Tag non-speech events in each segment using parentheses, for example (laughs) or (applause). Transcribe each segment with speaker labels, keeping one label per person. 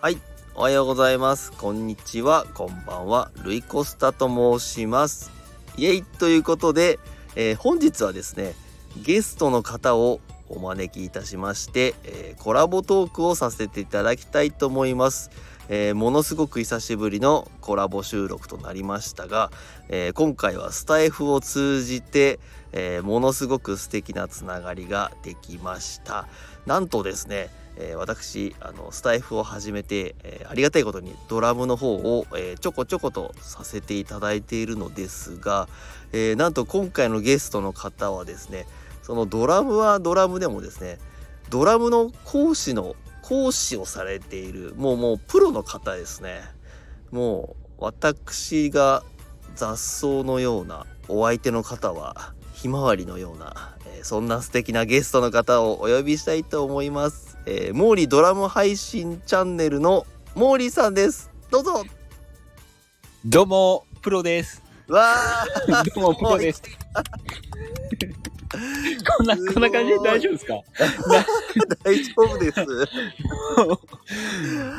Speaker 1: はい。おはようございます。こんにちは。こんばんは。ルイコスタと申します。イエイということで、えー本日はですね、ゲストの方をお招きいたしまして、えーコラボトークをさせていただきたいと思います。えーものすごく久しぶりのコラボ収録となりましたが、えー今回はスタイフを通じて、えーものすごく素敵なつながりができました。なんとですね、えー私あのスタイフを始めて、えーありがたいことにドラムの方を、えーちょこちょことさせていただいているのですが、えーなんと今回のゲストの方はですねそのドラムはドラムでもですねドラムの講師の講師をされているもうもうプロの方ですねもう私が雑草のようなお相手の方はひまわりのような、えーそんな素敵なゲストの方をお呼びしたいと思います、えー、モーリードラム配信チャンネルのモーリーさんですどうぞ
Speaker 2: どうも、プロです。
Speaker 1: わ
Speaker 2: (laughs) どうも、プロです。 (laughs) こんな、こんな感じで大丈夫ですか
Speaker 1: ー大丈夫です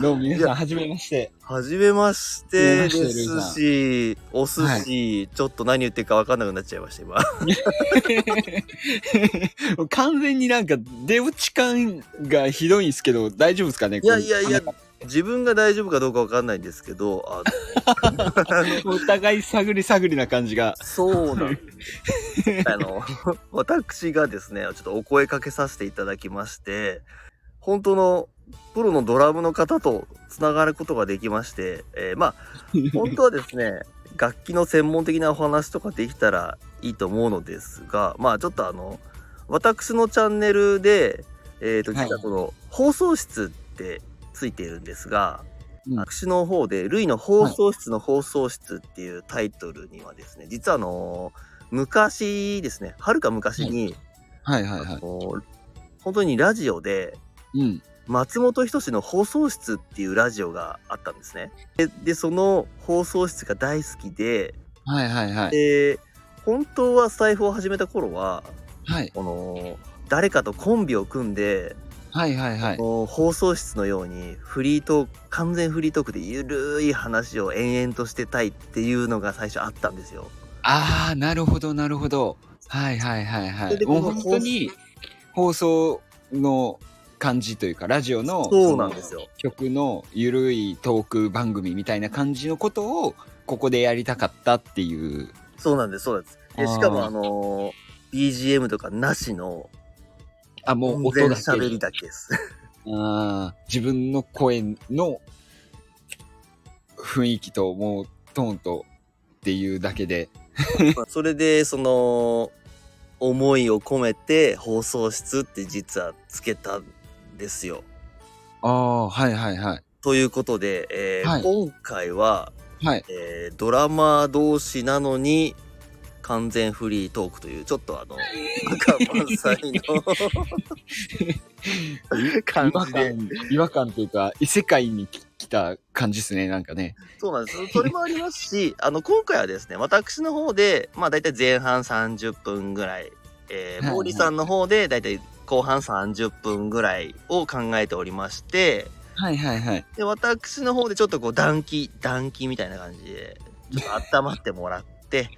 Speaker 2: どうも、皆
Speaker 1: い
Speaker 2: さ
Speaker 1: や
Speaker 2: ん、はじめまして。
Speaker 1: はじめましてですし、お寿司、ちょっと何言ってるか分かんなくなっちゃいました、今。
Speaker 2: もう完全になんか、出落ち感がひどいんですけど、大丈夫ですかね
Speaker 1: いやいやいや
Speaker 2: こんな感
Speaker 1: (laughs) 自分が大丈夫かどうか分かんないんですけど、あの
Speaker 2: じお互い探り探りな感 (laughs) じが。
Speaker 1: そうなんです。あの、 (laughs) 私がですね、ちょっとお声かけさせていただきまして、本当のプロのドラムの方とつながることができまして、えーまあ、
Speaker 2: (laughs)
Speaker 1: 本当はですね、楽器の専門的なお話とかできたらいいと思うのですが、まあちょっとあの、私のチャンネルで、えっ、と、
Speaker 2: はい
Speaker 1: 実はこの放送室ってついているんですが、
Speaker 2: うん
Speaker 1: 私の方で、ルイの放送室の放送室っていうタイトルにはですね、実はあの昔ですね、はるか昔に、
Speaker 2: はいはいは
Speaker 1: あの本当にラジオで、
Speaker 2: い。うん。
Speaker 1: 松本人志の放送室っていうラジオがあったんですね。で、でその放送室が大好きで、
Speaker 2: はいはいはい。
Speaker 1: で、本当はスタイフを始めた頃は、
Speaker 2: はい
Speaker 1: この、誰かとコンビを組んで、
Speaker 2: はいはいはい。
Speaker 1: この放送室のようにフリートーク、完全フリートークでゆるい話を延々としてたいっていうのが最初あったんですよ。
Speaker 2: あー、なるほどなるほど。はいはいはいは
Speaker 1: で
Speaker 2: い。
Speaker 1: この
Speaker 2: もう本当に、放送の感じというか、ラジオの、
Speaker 1: そうなんですよ。
Speaker 2: 曲のゆるいトーク番組みたいな感じのことをここでやりたかったっていう
Speaker 1: そうなんです、そうなんです。で、しかもあのー BGM とかなしの、
Speaker 2: あもう
Speaker 1: 音
Speaker 2: 音
Speaker 1: 全
Speaker 2: だけ
Speaker 1: 喋りだけです。
Speaker 2: あー自分の声の雰囲気ともうトーンとっていうだけで
Speaker 1: まあそれでその思いを込めて放送室って実はつけたんですよ。
Speaker 2: ああはいはいは
Speaker 1: ということで、えー
Speaker 2: はい
Speaker 1: 今回は、
Speaker 2: いはい
Speaker 1: えードラマー同士なのに完全フリートークというちょっとあ
Speaker 2: (laughs)
Speaker 1: の赤満載の
Speaker 2: 違
Speaker 1: 感
Speaker 2: 和
Speaker 1: じで
Speaker 2: 感違和感というか異世界に来来た感じですねなんかね
Speaker 1: そうなんですそれもあります
Speaker 2: (laughs)
Speaker 1: しあの今回はですね私の方でまあ大体前半30分ぐらい、えー、
Speaker 2: はいはい
Speaker 1: 毛利さんの方で大体後半30分ぐらいを考えておりまして。
Speaker 2: はいはいはい
Speaker 1: で私の方でちょっとこう暖気暖気みたいな感じでちょっと温まってもらって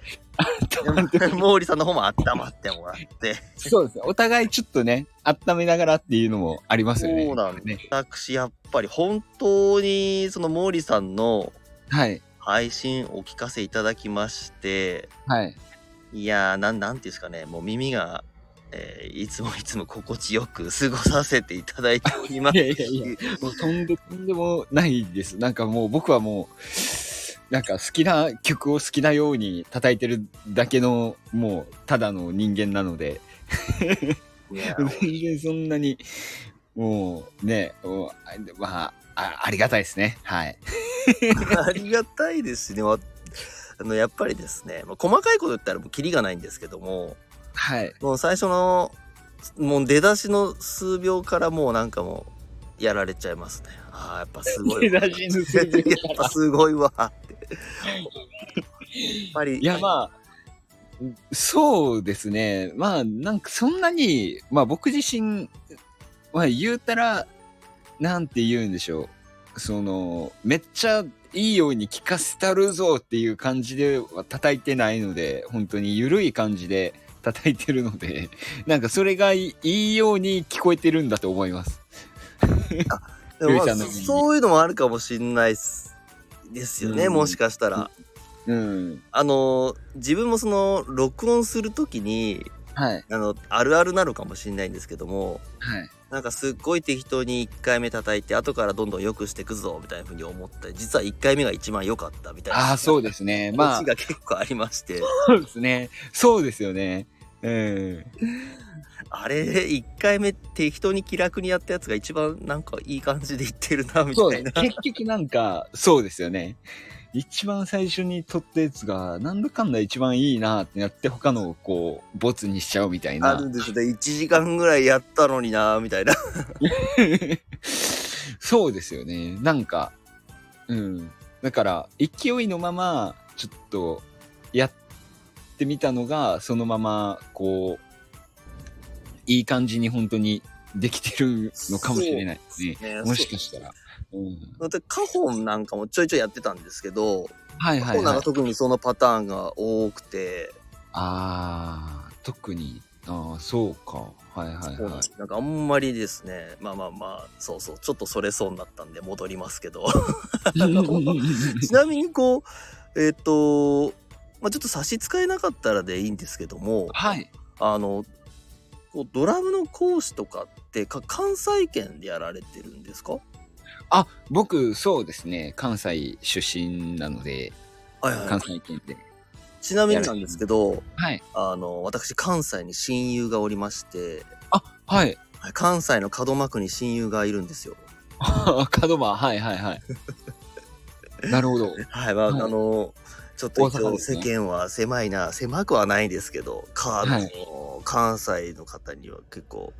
Speaker 1: (laughs)
Speaker 2: (laughs)
Speaker 1: で毛利さんの方も温まってもらって
Speaker 2: そうですねお互いちょっとね温めながらっていうのもありますよね
Speaker 1: そうなんです、
Speaker 2: ね
Speaker 1: 私やっぱり本当にその毛利さんの
Speaker 2: はい
Speaker 1: 配信をお聞かせいただきまして
Speaker 2: はい
Speaker 1: いやーなんなんていうんですかねもう耳が、えーいつもいつも心地よく過ごさせていただいております
Speaker 2: (laughs) いやいやいやもうとんでとんでもないです。なんかもう僕はもう、なんか好きな曲を好きなように叩いてるだけの、もうただの人間なので、
Speaker 1: いや
Speaker 2: 全然そんなに、もうね、もうまあ、あありがたいですね。はい。
Speaker 1: ありがたいですね。わあのやっぱりですね、まあ細かいこと言ったらもうキリがないんですけども、
Speaker 2: はい。
Speaker 1: もう最初のもう出だしの数秒からもうなんかもうやられちゃいますね。ああやっぱすごいわ。
Speaker 2: 出だしの数
Speaker 1: (laughs)
Speaker 2: 秒から
Speaker 1: やっぱすごいわって。やっぱり
Speaker 2: いや、まあ、そうですね。まあ、なんかそんなに、まあ僕自身、まあ言うたら、なんて言うんでしょう。その、めっちゃいいように聞かせたるぞっていう感じでは叩いてないので、本当に緩い感じで叩いてるので、 (laughs) なんかそれがいいいように聞こえてるんだと思います。
Speaker 1: でもまあ
Speaker 2: ゆうちゃんの
Speaker 1: そそういうのもあるかもしんないっすですよね、
Speaker 2: うん
Speaker 1: もしかしたら。
Speaker 2: うん。
Speaker 1: あの自分もその録音するときに
Speaker 2: はい。
Speaker 1: あのあるあるなのかもしんないんですけども
Speaker 2: はい。
Speaker 1: なんかすっごい適当に1回目叩いて後からどんどん良くしてくぞみたいな風に思って実は1回目が一番良かったみたいな
Speaker 2: ああ、そうですね。ま
Speaker 1: オ
Speaker 2: あ
Speaker 1: チ、
Speaker 2: (laughs)
Speaker 1: が結構ありまして
Speaker 2: そうですね。そうですよね。うん。
Speaker 1: あれ1回目適当に気楽にやったやつが一番なんかいい感じでいってるなみ
Speaker 2: そう
Speaker 1: た
Speaker 2: ね
Speaker 1: いな。
Speaker 2: 結局なんか、そうですよね。一番最初に撮ったやつが、なんだかんだ一番いいなってなって、他のをこう、ボツにしちゃうみたい
Speaker 1: あ
Speaker 2: な
Speaker 1: る。んですね1時間ぐらいやったのになみたいな。
Speaker 2: (laughs) そうですよね。なんか、うん。だから、勢いのまま、ちょっと、やってみたのが、そのまま、こう、いい感じに本当にできてるのかもしれないですね。
Speaker 1: (laughs) ね
Speaker 2: もしかしたら。うん、
Speaker 1: でカホンなんかもちょいちょいやってたんですけど、
Speaker 2: はいは
Speaker 1: カホ
Speaker 2: い、
Speaker 1: ンなんか
Speaker 2: はい。
Speaker 1: 特にそのパターンが多くて、
Speaker 2: ああ、特に、ああ、そうか。はいはい
Speaker 1: そうなん
Speaker 2: は
Speaker 1: で
Speaker 2: い
Speaker 1: す。なんかあんまりですねまあまあまあそうそうちょっとそれそうになったんで戻りますけど (laughs) ちなみにこうえっ、と、まあ、ちょっと差し支えなかったらでいいんですけども
Speaker 2: はい。
Speaker 1: あのこうドラムの講師とかってか関西圏でやられてるんですか
Speaker 2: あ、僕、そうですね。関西出身なので、
Speaker 1: はいはい
Speaker 2: 関西圏で。
Speaker 1: ちなみになんですけど
Speaker 2: はい。
Speaker 1: あの私関西に親友がおりまして
Speaker 2: あ、はい。 (laughs)
Speaker 1: はい関西の門真区に親友がいるんですよ。
Speaker 2: あカドマはいはいはい。なるほど。
Speaker 1: はい、まあ、
Speaker 2: はい
Speaker 1: あの、ちょっと一
Speaker 2: 大阪
Speaker 1: 応
Speaker 2: です
Speaker 1: 世
Speaker 2: ね
Speaker 1: 間は狭いな、狭くはないですけど、か、あの、
Speaker 2: はい
Speaker 1: 関西の方には結構、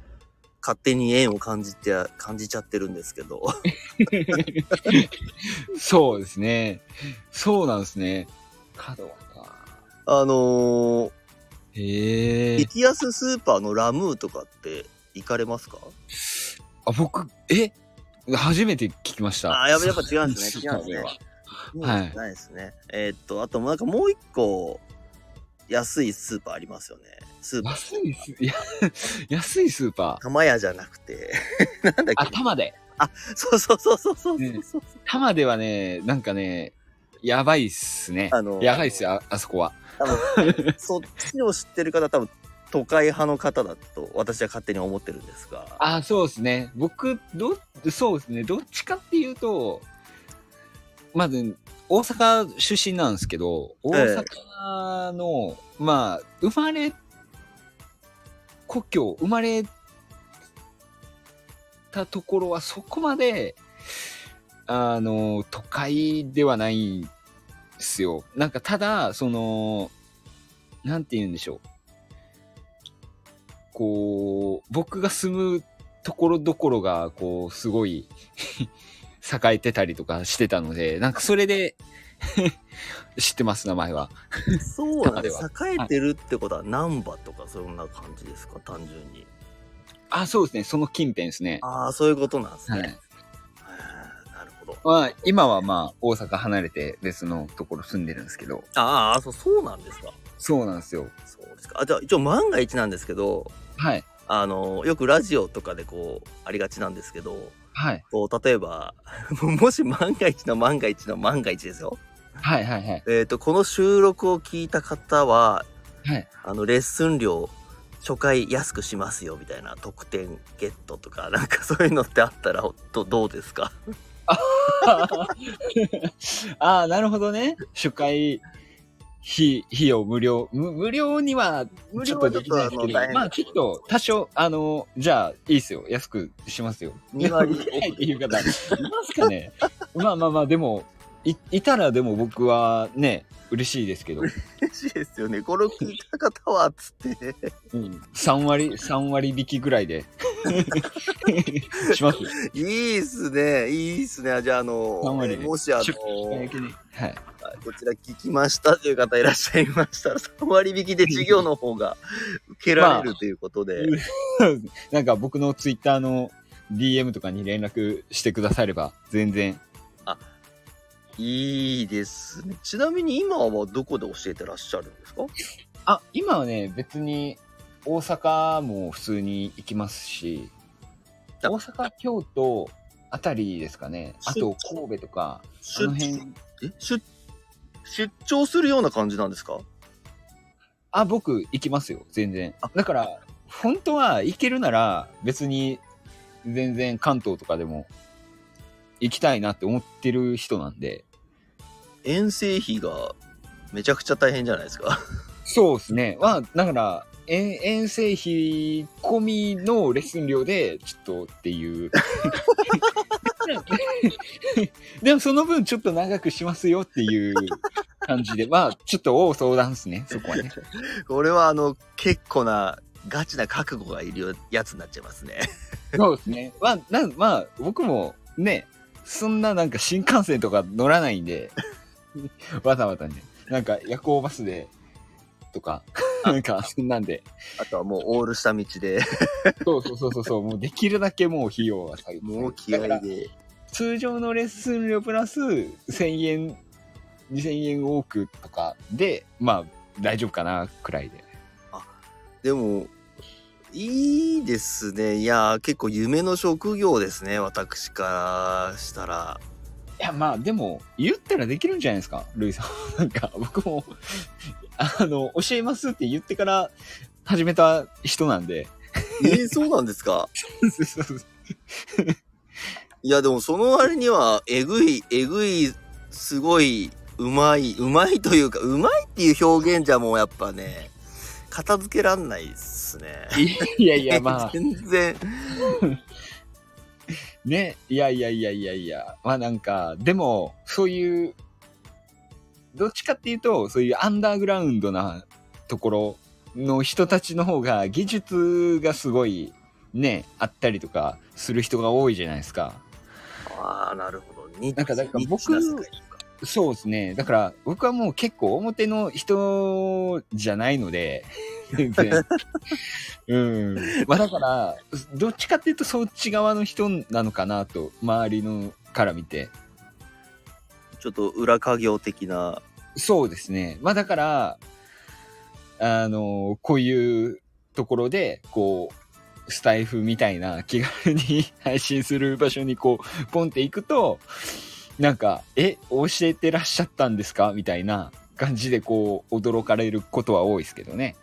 Speaker 1: 勝手に縁を感じて、感じちゃってるんですけど、 (laughs)
Speaker 2: そうですね。そうなんですね。カドマか。
Speaker 1: あのー
Speaker 2: へえ。
Speaker 1: 激安スーパーのラムーとかって行かれますか
Speaker 2: あ、僕、え初めて聞きました。
Speaker 1: あやべやっぱ違うんですね
Speaker 2: そ
Speaker 1: 違
Speaker 2: う
Speaker 1: うんですねもう
Speaker 2: はい
Speaker 1: ないですね。えーっと、あと、なんかもう一個、安いスーパーありますよね。スーパー。
Speaker 2: 安いス、いや、 (laughs) 安いスーパー。
Speaker 1: 玉屋じゃなくて、 (laughs) なんだっ
Speaker 2: あ、
Speaker 1: け
Speaker 2: 玉で。
Speaker 1: そうそうそうそうそうそうそう。
Speaker 2: 玉ではね、なんかね、やばいっすね。
Speaker 1: (laughs) あの
Speaker 2: やばいっすよ、ああそこは。
Speaker 1: 多
Speaker 2: (laughs)
Speaker 1: 分そっちを知ってる方多分都会派の方だと私は勝手に思ってるんですが
Speaker 2: あ、そうですね。僕、ど、そうですね。どっちかっていうと、まず、大阪出身なんですけど、大
Speaker 1: え
Speaker 2: 阪の、まあ、生まれ、故郷、生まれたところはそこまで、あの、都会ではないんですよ。なんか、ただ、その、なんて言うんでしょう。こう、僕が住むところどころが、こう、すごい、 (laughs) 栄えてたりとかしてたので、なんかそれで、知ってます、名前は。
Speaker 1: そうなんです栄えてるってことは難波とかそんな感じですか単純に
Speaker 2: あ、そうですね、その近辺ですね。
Speaker 1: ああそういうことなんです
Speaker 2: は
Speaker 1: ね、へ
Speaker 2: い。
Speaker 1: ーなるほど
Speaker 2: まあ、今はまあ、大阪離れて別のところ住んでるんですけど、
Speaker 1: ああそうそうなんですか
Speaker 2: そうなんですよ。
Speaker 1: そうですかあじゃあ一応万が一なんですけど
Speaker 2: はい。
Speaker 1: あのよくラジオとかでこうありがちなんですけど
Speaker 2: はい。
Speaker 1: こう例えば (laughs) もし万が一の万が一の万が一ですよ
Speaker 2: はいはいはい。
Speaker 1: えっ、とこの収録を聞いた方は
Speaker 2: はい。
Speaker 1: あのレッスン料初回安くしますよみたいな特典ゲットとか (laughs) なんかそういうのってあったらどどうですか
Speaker 2: ああ、なるほどね。初回、費、費用無料。無無料には、
Speaker 1: 無
Speaker 2: ちょ
Speaker 1: 料は
Speaker 2: っと
Speaker 1: ちょ
Speaker 2: で
Speaker 1: っとあ
Speaker 2: きないですけ
Speaker 1: の
Speaker 2: ど
Speaker 1: 大変
Speaker 2: まあちょっと多少、あの、じゃあいいですよ。安くしますよ。
Speaker 1: 2割オ
Speaker 2: (laughs)
Speaker 1: フ
Speaker 2: いっていう方、いますかねまあまあまあ、でも、いいたらでも僕はね、嬉しいですけど、
Speaker 1: 嬉しいですよねこれを聞いた方はっつって
Speaker 2: うん、3割、三割引きぐらいで。 (laughs) しますよ。
Speaker 1: いいっすね。いいっすね。じゃあ、あの
Speaker 2: 頑張、れ
Speaker 1: もし、あの、
Speaker 2: 出荷だけにはい。
Speaker 1: こちら聞きましたという方いらっしゃいましたら、3割引きで授業の方が受けられるということで。
Speaker 2: まなんか僕のツイッターの DM とかに連絡してくだされば全然。
Speaker 1: いいですね。ちなみに今はどこで教えてらっしゃるんですか
Speaker 2: あ、今はね、別に大阪も普通に行きますし、
Speaker 1: あ
Speaker 2: 大阪、京都あたりですかね。あと
Speaker 1: そう
Speaker 2: 神戸とか、あ
Speaker 1: 出
Speaker 2: の辺。
Speaker 1: え出出張するような感じなんですか
Speaker 2: あ、僕行きますよ、全然。だから、本当は行けるなら別に全然関東とかでも行きたいなって思ってる人なんで。
Speaker 1: 遠征費がめちゃくちゃ大変じゃないです (laughs) か。
Speaker 2: そうですね。まあ、だから、遠遠征費込みのレッスン料で、ちょっとっていう。 (laughs) でも、その分、ちょっと長くしますよっていう感じで、まあ、ちょっと大相談ですね、そこはね。
Speaker 1: これはあの結構なガチな覚悟がいるやつになっちゃいますね。
Speaker 2: そうですね。まあ、なんまあ、僕もね、そんななんか新幹線とか乗らないんで、 (laughs) わざわざね、なんか夜行バスで、とか、なんか、そんなんで。
Speaker 1: (laughs) あとはもうオールした道で、
Speaker 2: そうそうそうそうそう、もうできるだけもう費用は下げて
Speaker 1: (laughs) もう気合
Speaker 2: だから
Speaker 1: で。
Speaker 2: 通常のレッスン料プラス1000円、2000円多くとかで、まあ大丈夫かなくらいで。
Speaker 1: でも、いいですね。いやー、結構夢の職業ですね。私からした (laughs) ら。
Speaker 2: いや、まあでも、言ったらできるんじゃないですか、ルイさん。 (laughs) なんか僕も、あの、教えますって言ってから始めた人なんで。
Speaker 1: えーそうなんですか
Speaker 2: そうそう
Speaker 1: いや、でもその割には、えぐい、えぐい、すごい、うまい、うまいというか、うまいっていう表現じゃもうやっぱね、片付けらんないっすね。
Speaker 2: (laughs) いや
Speaker 1: (laughs)
Speaker 2: いや、まあ
Speaker 1: 全然。
Speaker 2: ね、いやいやいやいやいや、まあなんか、でも、そういう、どっちかっていうと、そういうアンダーグラウンドなところの人たちの方が、技術がすごい、ね、あったりとかする人が多いじゃないですか。
Speaker 1: ああ、なるほど。ニッ
Speaker 2: なんかだから
Speaker 1: ニッチな世界とか
Speaker 2: そうですね。だから、僕はもう結構表の人じゃないので、全然。うん。まあだから、どっちかっていうと、そっち側の人なのかなと、周りのから見て。
Speaker 1: ちょっと裏家業的な。
Speaker 2: そうですね。まあだから、あのこういうところで、こう、スタイフみたいな気軽に (laughs) 配信する場所にこう、ポンって行くと、なんか、え、教えてらっしゃったんですかみたいな感じでこう、驚かれることは多いですけどね。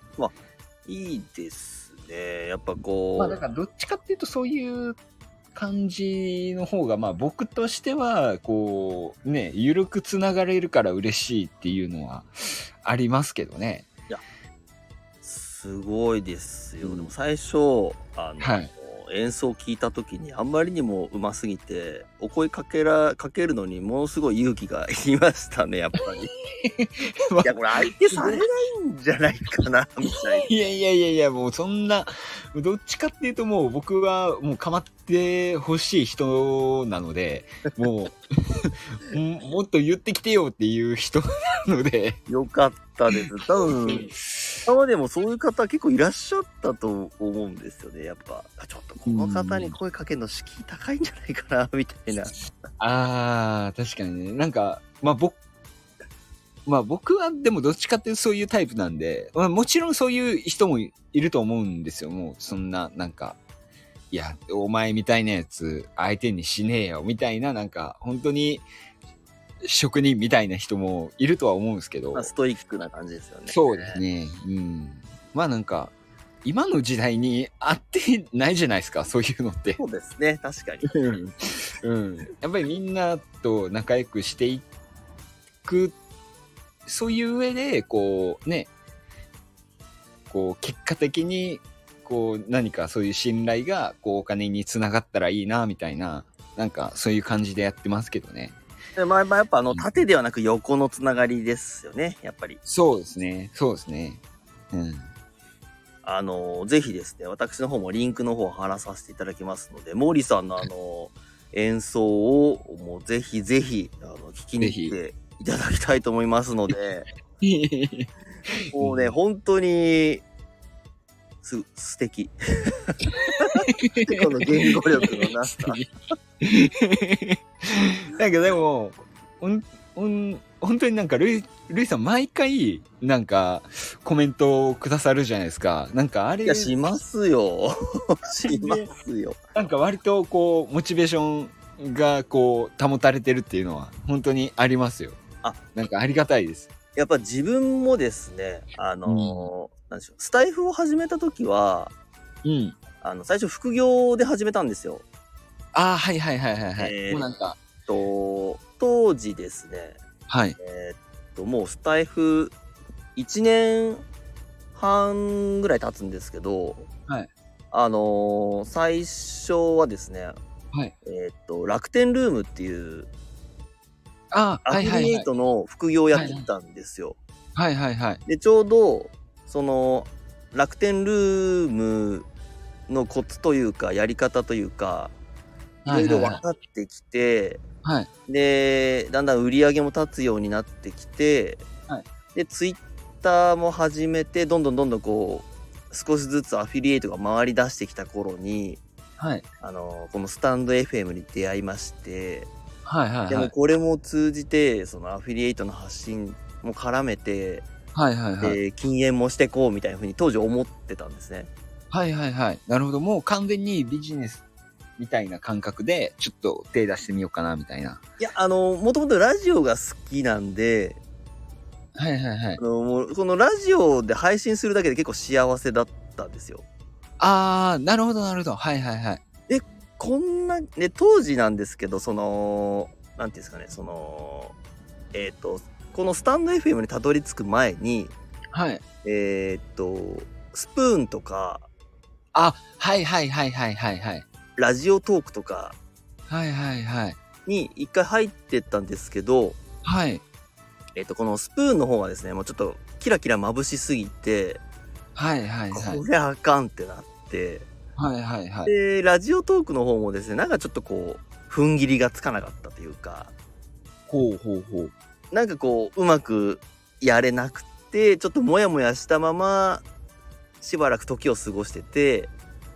Speaker 1: いいですね。やっぱこう。
Speaker 2: まあだからどっちかっていうとそういう感じの方がまあ僕としてはこうね緩くつながれるから嬉しいっていうのはありますけどね。
Speaker 1: すごいですよ。
Speaker 2: うん
Speaker 1: でも最初、あの、
Speaker 2: はい
Speaker 1: 演奏を聞いた時にあんまりにもうますぎてお声かけらかけるのにものすごい勇気がいりましたねやっぱ
Speaker 2: (laughs)
Speaker 1: りいやこれ相手されないんじゃないか
Speaker 2: (laughs)
Speaker 1: なみたいない
Speaker 2: やいやいやいや、もうそんな、どっちかっていうともう僕はもう構ってほしい人なので、もう、んもっと言ってきてよっていう人なので、
Speaker 1: よかったです多
Speaker 2: (laughs)
Speaker 1: 分今までもそういう方結構いらっしゃったと思うんですよねやっぱあちょっとこの方に声かけるの敷居高いんじゃないかなみたいな
Speaker 2: あー、確かにね。なんか、まあ僕、まあ僕はでもどっちかっていうとそういうタイプなんで、まあもちろんそういう人もいると思うんですよ。もうそんな、なんか、いや、お前みたいなやつ相手にしねえよみたいな、なんか本当に職人みたいな人もいるとは思うんですけど
Speaker 1: まあ、ストイックな感じですよね
Speaker 2: そうですね。うん。まあなんか、今の時代に合ってないじゃないですか、そういうのって。
Speaker 1: そうですね確かに
Speaker 2: うんうん、やっぱりみんなと仲良くしていくそういう上でこうねこう結果的にこう何かそういう信頼がこうお金につながったらいいなみたいななんかそういう感じでやってますけどね
Speaker 1: でまあ、まあやっぱあの縦ではなく横のつながりですよねやっぱり
Speaker 2: そうですねそうですねうん
Speaker 1: あの、ぜひですね、私の方もリンクの方を貼らさせていただきますので、毛利さんのあの、演奏をもうぜひぜひ、あの、聞きに来ていただきたいと思いますので、もうね、本当に、す、素 (laughs) 敵。この言語力のなさ。
Speaker 2: (laughs) なんかでも、ほん、ほん、本当になんかルイ、ルイさん毎回、なんか、コメントをくださるじゃないですか。なんかあれ
Speaker 1: い、や、しますよ。しますよ。
Speaker 2: なんか割とこう、モチベーションがこう、保たれてるっていうのは、本当にありますよ。
Speaker 1: あ
Speaker 2: なんかありがたいです。
Speaker 1: やっぱ自分もですね、あのーなんでしょう、スタイフを始めた時は、
Speaker 2: うん。
Speaker 1: あの、最初副業で始めたんですよ。
Speaker 2: ああ、はいはいはいはいはい。
Speaker 1: えー
Speaker 2: もうなんか、
Speaker 1: と、当時ですね、
Speaker 2: はい。
Speaker 1: えーっと、もうスタイフ1年半ぐらい経つんですけど、
Speaker 2: はい
Speaker 1: あのー最初はですね、
Speaker 2: はい
Speaker 1: えーっと、楽天ルームっていう
Speaker 2: ああ、
Speaker 1: ア
Speaker 2: は
Speaker 1: フ
Speaker 2: い
Speaker 1: ィ
Speaker 2: は
Speaker 1: リ
Speaker 2: い
Speaker 1: エ
Speaker 2: は
Speaker 1: イ
Speaker 2: い。
Speaker 1: トの副業をやってたんですよ。
Speaker 2: はいはいはい。
Speaker 1: でちょうどその楽天ルームのコツというかやり方というかい
Speaker 2: は
Speaker 1: ろ
Speaker 2: い
Speaker 1: いろ
Speaker 2: はい
Speaker 1: 分
Speaker 2: はい
Speaker 1: かってきて、
Speaker 2: はい
Speaker 1: でだんだん売り上げも立つようになってきて、
Speaker 2: はい
Speaker 1: でツイッターも始めてどんどんどんどんこう少しずつアフィリエイトが回り出してきた頃に
Speaker 2: はい
Speaker 1: あのこのスタンド FM に出会いまして
Speaker 2: はいはい
Speaker 1: で
Speaker 2: は
Speaker 1: も
Speaker 2: い。
Speaker 1: これも通じてそのアフィリエイトの発信も絡めて
Speaker 2: はいはいはい。
Speaker 1: で禁煙もしてこうみたいな風に当時思ってたんですね。
Speaker 2: はいはいはい。なるほど。もう完全にビジネスみたいな感覚で、ちょっと手出してみようかな、みたいな。
Speaker 1: いやあのもともとラジオが好きなんで
Speaker 2: はいはいはい
Speaker 1: あ。のもうこのラジオで配信するだけで結構幸せだったんですよ。
Speaker 2: あー、なるほどなるほど。はいはいはい。
Speaker 1: こんなで当時なんですけどそのなんていうんですかねそのえっ、とこのスタンド FM にたどり着く前に
Speaker 2: はい。
Speaker 1: えっ、とスプーンとか
Speaker 2: あ、はいはいはいはいはいはい。
Speaker 1: ラジオトークとか
Speaker 2: はいはいはい。
Speaker 1: に一回入ってったんですけど、
Speaker 2: はい。
Speaker 1: えっとこのスプーンの方がですねもうちょっとキラキラ眩しすぎて
Speaker 2: はいはいはい
Speaker 1: こ。れあかんってなって、
Speaker 2: はいはいはい。
Speaker 1: でラジオトークの方もですねなんかちょっとこう踏ん切りがつかなかったというか
Speaker 2: ほうほうほう。
Speaker 1: なんかこううまくやれなくてちょっとモヤモヤしたまましばらく時を過ごしてて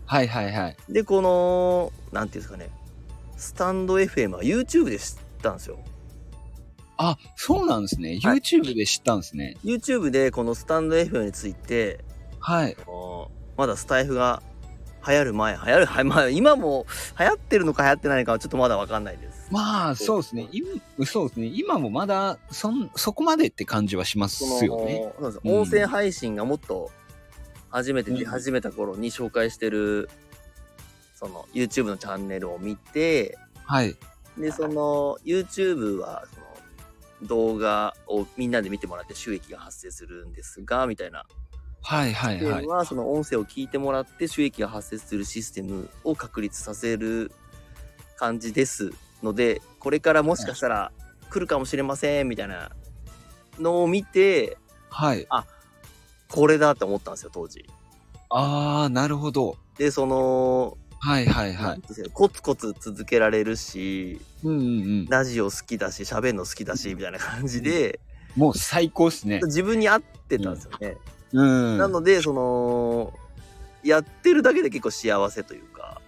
Speaker 2: はいはいはい。
Speaker 1: でこのなんていうんですかねスタンド FM は YouTube で知ったんですよ。
Speaker 2: あ、そうなんですね。
Speaker 1: はい
Speaker 2: YouTube で知ったんですね。
Speaker 1: YouTube でこのスタンド FM について
Speaker 2: はい。
Speaker 1: あのまだスタイフが流行る前流行るは、まあ、今も流行ってるのか流行ってないのかはちょっとまだわかんないです。
Speaker 2: まあ、そうですね。今、そうですね。今もまだ、そん、そこまでって感じはしますよね。
Speaker 1: そのそうです
Speaker 2: うん
Speaker 1: 音声配信がもっと初めて出始めた頃に紹介してる、その YouTube のチャンネルを見て
Speaker 2: はい。
Speaker 1: でその YouTube はその動画をみんなで見てもらって収益が発生するんですがみたいな
Speaker 2: はいはい
Speaker 1: シス
Speaker 2: は
Speaker 1: テ
Speaker 2: い
Speaker 1: ム。はその音声を聞いてもらって収益が発生するシステムを確立させる感じですのでこれからもしかしたら来るかもしれませんみたいなのを見て
Speaker 2: はい。
Speaker 1: これだと思ったんですよ当時。
Speaker 2: ああ、なるほど。
Speaker 1: でその、
Speaker 2: はいはいは
Speaker 1: なん
Speaker 2: い。
Speaker 1: ていうんですかコツコツ続けられるし
Speaker 2: うんうんうん。
Speaker 1: ラジオ好きだし喋るの好きだしみたいな感じで
Speaker 2: もう最高っすね。
Speaker 1: 自分に合ってたんですよね。
Speaker 2: うん。
Speaker 1: なのでそのやってるだけで結構幸せというか。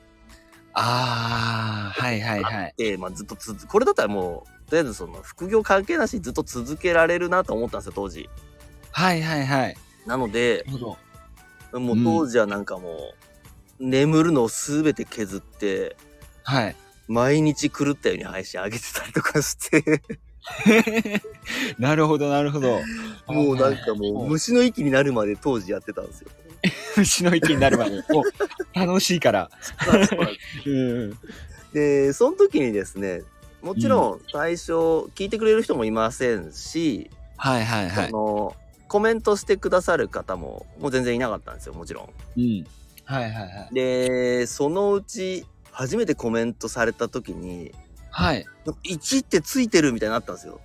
Speaker 2: ああ、はいはいはい。
Speaker 1: で、まあ、ずっとつづこれだったらもうとりあえずその副業関係なしにずっと続けられるなと思ったんですよ当時
Speaker 2: はいはいはい。
Speaker 1: なので
Speaker 2: なるほど。
Speaker 1: も
Speaker 2: う
Speaker 1: うん当時はなんかもう、眠るのを全て削って
Speaker 2: はい。
Speaker 1: 毎日狂ったように配信上げてたりとかして
Speaker 2: なるほどなるほど。
Speaker 1: もうなんかもう虫の息になるまで当時やってたんですよ
Speaker 2: (laughs) 虫の息になるま
Speaker 1: (laughs)
Speaker 2: で。もう楽しいから。うん。
Speaker 1: でその時にですねもちろん最初聞いてくれる人もいませんし、
Speaker 2: はいはいは
Speaker 1: そのコメントしてくださる方ももう全然いなかったんですよもちろん
Speaker 2: い。うん。はいはいはい。
Speaker 1: でそのうち初めてコメントされた時に
Speaker 2: はい。
Speaker 1: 「1ってついてる」みたいになったんですよ。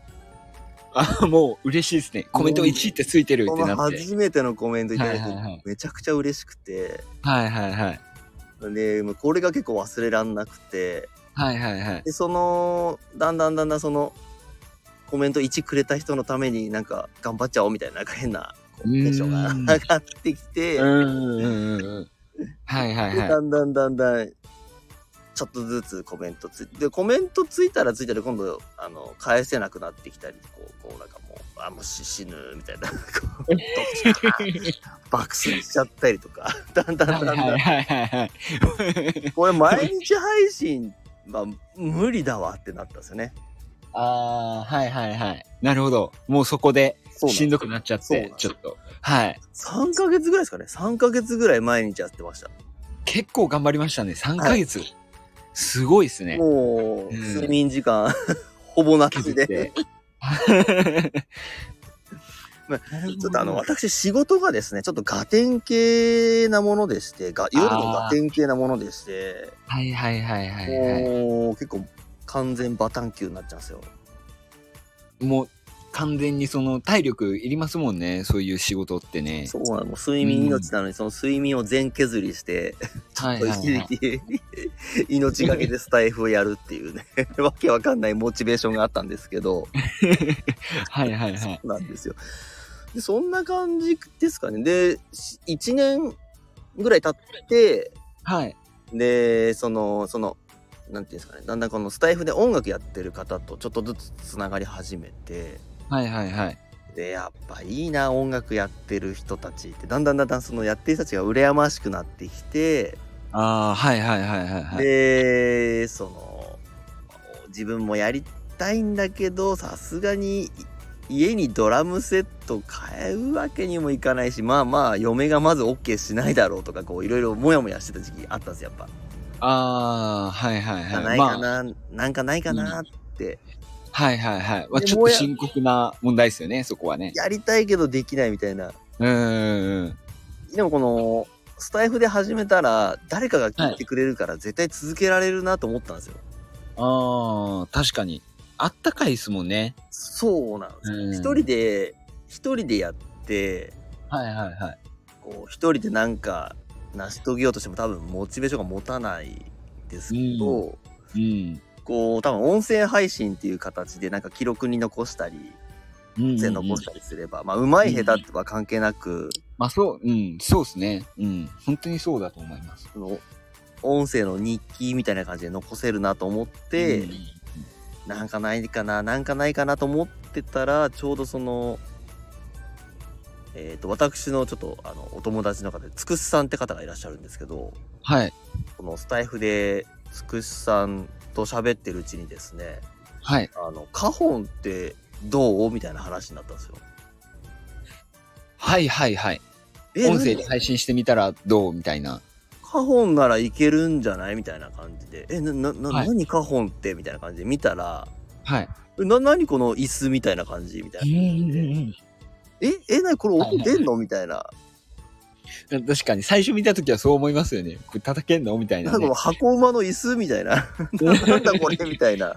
Speaker 2: あ、 (laughs) もう嬉しいですね。コメントが1ってついてるっ
Speaker 1: こ
Speaker 2: て
Speaker 1: の
Speaker 2: なって。
Speaker 1: 初めてのコメントいただいて、
Speaker 2: はいはいはい
Speaker 1: めちゃくちゃ嬉しくて
Speaker 2: はいはいはい。
Speaker 1: でもうこれが結構忘れらんなくて
Speaker 2: はいはいはい。
Speaker 1: でそのだんだんだんだんそのコメント1くれた人のためになんか頑張っちゃおうみたいななんか変なこう
Speaker 2: うーん
Speaker 1: テンションが上がってきて、
Speaker 2: うんうんうんうん。はいはい
Speaker 1: で (laughs)
Speaker 2: はい。
Speaker 1: だんだんだんだんちょっとずつコメントついでコメントついたらついたら今度あの返せなくなってきたりこうこうなんかもうあもうし死ぬみたいなこうどうしよう爆睡しちゃったりと
Speaker 2: (laughs)
Speaker 1: かだんだんだんだん、
Speaker 2: はいはいはいはい。
Speaker 1: これ毎日配信まあ無理だわってなったんですよね。
Speaker 2: ああ、はいはいはい。なるほど。もうそこで
Speaker 1: そう
Speaker 2: しんどくなっちゃっ
Speaker 1: そうなん
Speaker 2: て
Speaker 1: で、す
Speaker 2: ちょっと。はい。
Speaker 1: 3ヶ月ぐらいですかね3ヶ月ぐらい毎日やってました、
Speaker 2: 結構頑張りましたね。3ヶ月。すごいですね。
Speaker 1: もう
Speaker 2: うん
Speaker 1: 睡眠時間 (laughs) ほぼなし
Speaker 2: 削っ
Speaker 1: で
Speaker 2: て (laughs)
Speaker 1: まちょっとあの、私仕事がですね、ちょっとガテン系なものでして、が夜のガテン系なものでして、
Speaker 2: はいはいはいはいは
Speaker 1: もう結構完全バタン級になっちゃうんですよ。
Speaker 2: い。もう完全にその体力いりますもんね。そういう仕事ってね。
Speaker 1: そうなの、もう睡眠命なのに、その睡眠を全削りして、
Speaker 2: はいはい、は
Speaker 1: 一時
Speaker 2: い。
Speaker 1: 期 (laughs) 命がけでスタイフをやるっていうね、 (laughs) わけわかんないモチベーションがあったんですけど、
Speaker 2: はい
Speaker 1: (laughs)
Speaker 2: はいはい。
Speaker 1: なんですよ。で、そんな感じですかね。で、1年ぐらい経って、
Speaker 2: はい。
Speaker 1: でそのそのなんていうんですかねだんだんこのスタイフで音楽やってる方とちょっとずつつながり始めて
Speaker 2: はいはいはい。
Speaker 1: でやっぱいいな音楽やってる人たちってだんだんだんだんそのやってる人たちが羨ましくなってきて、
Speaker 2: ああ、はいはいはいはいはい。
Speaker 1: でその自分もやりたいんだけどさすがに家にドラムセット買うわけにもいかないしまあまあ嫁がまず OK しないだろうとかこういろいろモヤモヤしてた時期あったんですよやっぱ。
Speaker 2: ああ、はいはい
Speaker 1: なんか
Speaker 2: は。
Speaker 1: ないい
Speaker 2: ま
Speaker 1: か
Speaker 2: あ、
Speaker 1: な、なんかないかなって、
Speaker 2: はいはいはい。まあ、
Speaker 1: で
Speaker 2: ちょっ
Speaker 1: も
Speaker 2: と
Speaker 1: や
Speaker 2: 深刻な問題ですよね、そこはね。
Speaker 1: やりたいけどできないみたいな。
Speaker 2: うんうんうん。
Speaker 1: でもこの、スタイフで始めたら、誰かが聞いてくれるから、絶対続けられるなと思ったんですよ。
Speaker 2: ああ、確かに。あったかいですもんね。
Speaker 1: そうなんですよ。
Speaker 2: うん
Speaker 1: 一人で、一人でやって、
Speaker 2: はいはいはい。
Speaker 1: こう、一人でなんか、成し遂げようとしても多分、モチベーションが持たないですけど、
Speaker 2: うん。
Speaker 1: こう、多分、音声配信っていう形で、なんか記録に残したり、
Speaker 2: うん、
Speaker 1: 音声残したりすれば、まあ、うまい下手とか関係なく、
Speaker 2: まあそう、うん、そうですね。うん。本当にそうだと思います。
Speaker 1: その音声の日記みたいな感じで残せるなと思って、
Speaker 2: うん
Speaker 1: なんかないかななんかないかなと思ってたらちょうどその、えー、と私のちょっとあのお友達の方でつくしさんって方がいらっしゃるんですけど
Speaker 2: はい。
Speaker 1: このスタイフでつくしさんと喋ってるうちにですね
Speaker 2: はい。
Speaker 1: あのカホンってどうみたいな話になったんですよ。
Speaker 2: はいはいはい。
Speaker 1: え
Speaker 2: 音声
Speaker 1: な
Speaker 2: で
Speaker 1: んか
Speaker 2: 配信してみたらどうみたいな。
Speaker 1: カホンならいけるんじゃないみたいな感じで「えななな、
Speaker 2: はい
Speaker 1: 何カホンって?」みたいな感じで見たら
Speaker 2: はい。
Speaker 1: な、何この椅子みたいな感じみたいな。え、え、なにこれ音出んのみたいな。
Speaker 2: 確かに最初見た時はそう思いますよね。これ叩けんのみたい
Speaker 1: な
Speaker 2: な
Speaker 1: か
Speaker 2: んね、
Speaker 1: もう箱馬の椅子みたいな。なんだ
Speaker 2: (laughs)
Speaker 1: これみたいな。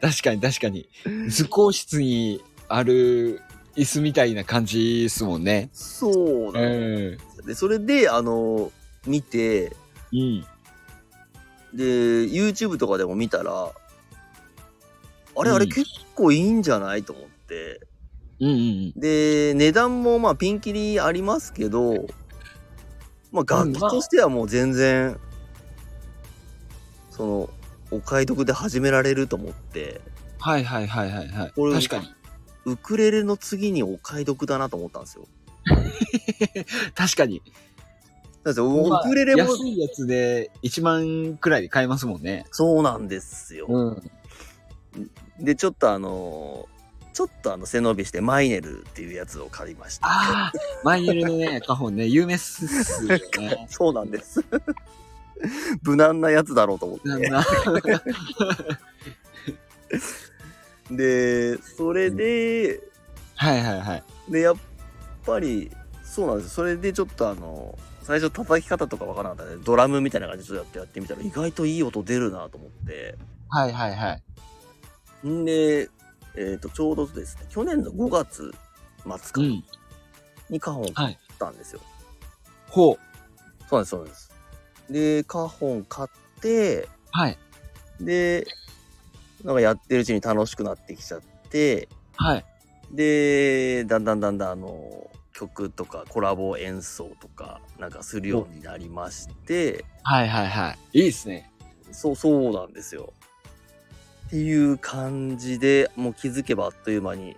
Speaker 2: 確かに確かに。図工室にある椅子みたいな感じですもんね。
Speaker 1: そうなん
Speaker 2: う
Speaker 1: で
Speaker 2: ん。
Speaker 1: すよで、それで、あの、見て、
Speaker 2: うん。
Speaker 1: で、YouTube とかでも見たら、あれ
Speaker 2: うん
Speaker 1: あれ結構いいんじゃないと思って。
Speaker 2: うんうん
Speaker 1: で、値段もまあピンキリありますけど、まあ楽器としてはもう全然、その、お買い得で始められると思って。
Speaker 2: はいはいはいはいはい。
Speaker 1: これ
Speaker 2: 確かに。
Speaker 1: ウクレレの次にお買い得だなと思ったんですよ。
Speaker 2: 確かに。
Speaker 1: だってウ
Speaker 2: まあ
Speaker 1: クレレも
Speaker 2: 安いやつで1万くらいで買えますもんね。
Speaker 1: そうなんですよ。
Speaker 2: うん。
Speaker 1: でちょっとあのーちょっとあの背伸びしてマイネルっていうやつを買いました。
Speaker 2: ああ、マイネルのね、カホンね、有名っす (laughs) よね。
Speaker 1: そうなんです。無難なやつだろうと思
Speaker 2: な
Speaker 1: っ
Speaker 2: ん
Speaker 1: て。
Speaker 2: だ
Speaker 1: でそれで、
Speaker 2: はいはいはい。
Speaker 1: でやっぱりそうなんですそれでちょっとあの最初叩き方とかわからなかったんでドラムみたいな感じでちょっとやってやってみたら意外といい音出るなと思って。
Speaker 2: はいはいはい。
Speaker 1: んでえー、とちょうどですね去年の5月末か
Speaker 2: う。
Speaker 1: なんに花本を買
Speaker 2: はい。
Speaker 1: ったんですよ、
Speaker 2: ほう。
Speaker 1: そうなんですそうなんですで花本買って
Speaker 2: はい。
Speaker 1: でなんかやってるうちに楽しくなってきちゃって
Speaker 2: はい。
Speaker 1: でだんだんだんだんあの曲とかコラボ演奏とかなんかするようになりまして
Speaker 2: はいはいはい。いいですね。
Speaker 1: そうそうなんですよっていう感じでもう気づけばあっという間に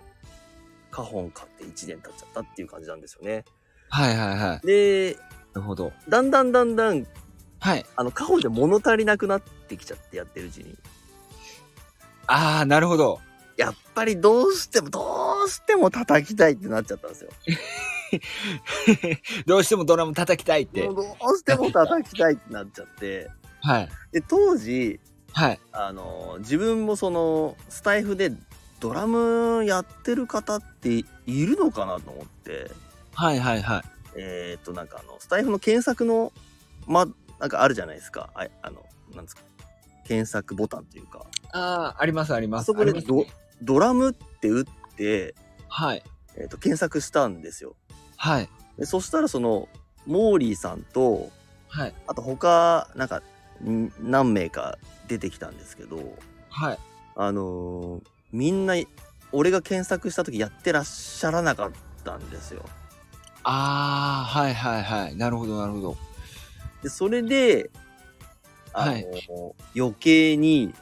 Speaker 1: 花本買って1年経っちゃったっていう感じなんですよね
Speaker 2: はいはいはい。な
Speaker 1: で
Speaker 2: るほど。
Speaker 1: だんだんだんだん
Speaker 2: はい。
Speaker 1: あの花本で物足りなくなってきちゃってやってるうちに
Speaker 2: ああ、なるほど。
Speaker 1: やっぱりどうしてもどうしても叩きたいってなっちゃったんですよ
Speaker 2: どうしてもドラム叩きたいって
Speaker 1: もう。どうしても叩きたいってなっちゃって
Speaker 2: はい。
Speaker 1: で当時
Speaker 2: はい。
Speaker 1: あの自分もそのスタイフでドラムやってる方っているのかなと思って
Speaker 2: はいはいはい。
Speaker 1: えーっとなんかあのスタイフの検索のまなんかあるじゃないですかああのなんですか検索ボタンというか
Speaker 2: ああ、ありますあります。
Speaker 1: あそこで
Speaker 2: あります
Speaker 1: どドラムって打って、
Speaker 2: はい。
Speaker 1: えーっと検索したんですよ
Speaker 2: はい。
Speaker 1: でそしたらそのモーリーさんと
Speaker 2: はい。
Speaker 1: あと他なんかん何名か出てきたんですけど
Speaker 2: はい。
Speaker 1: あのーみんな俺が検索した時やってらっしゃらなかったんですよ。
Speaker 2: ああ、はいはいはい。なるほどなるほど。
Speaker 1: でそれで、あのー
Speaker 2: はい
Speaker 1: 余計に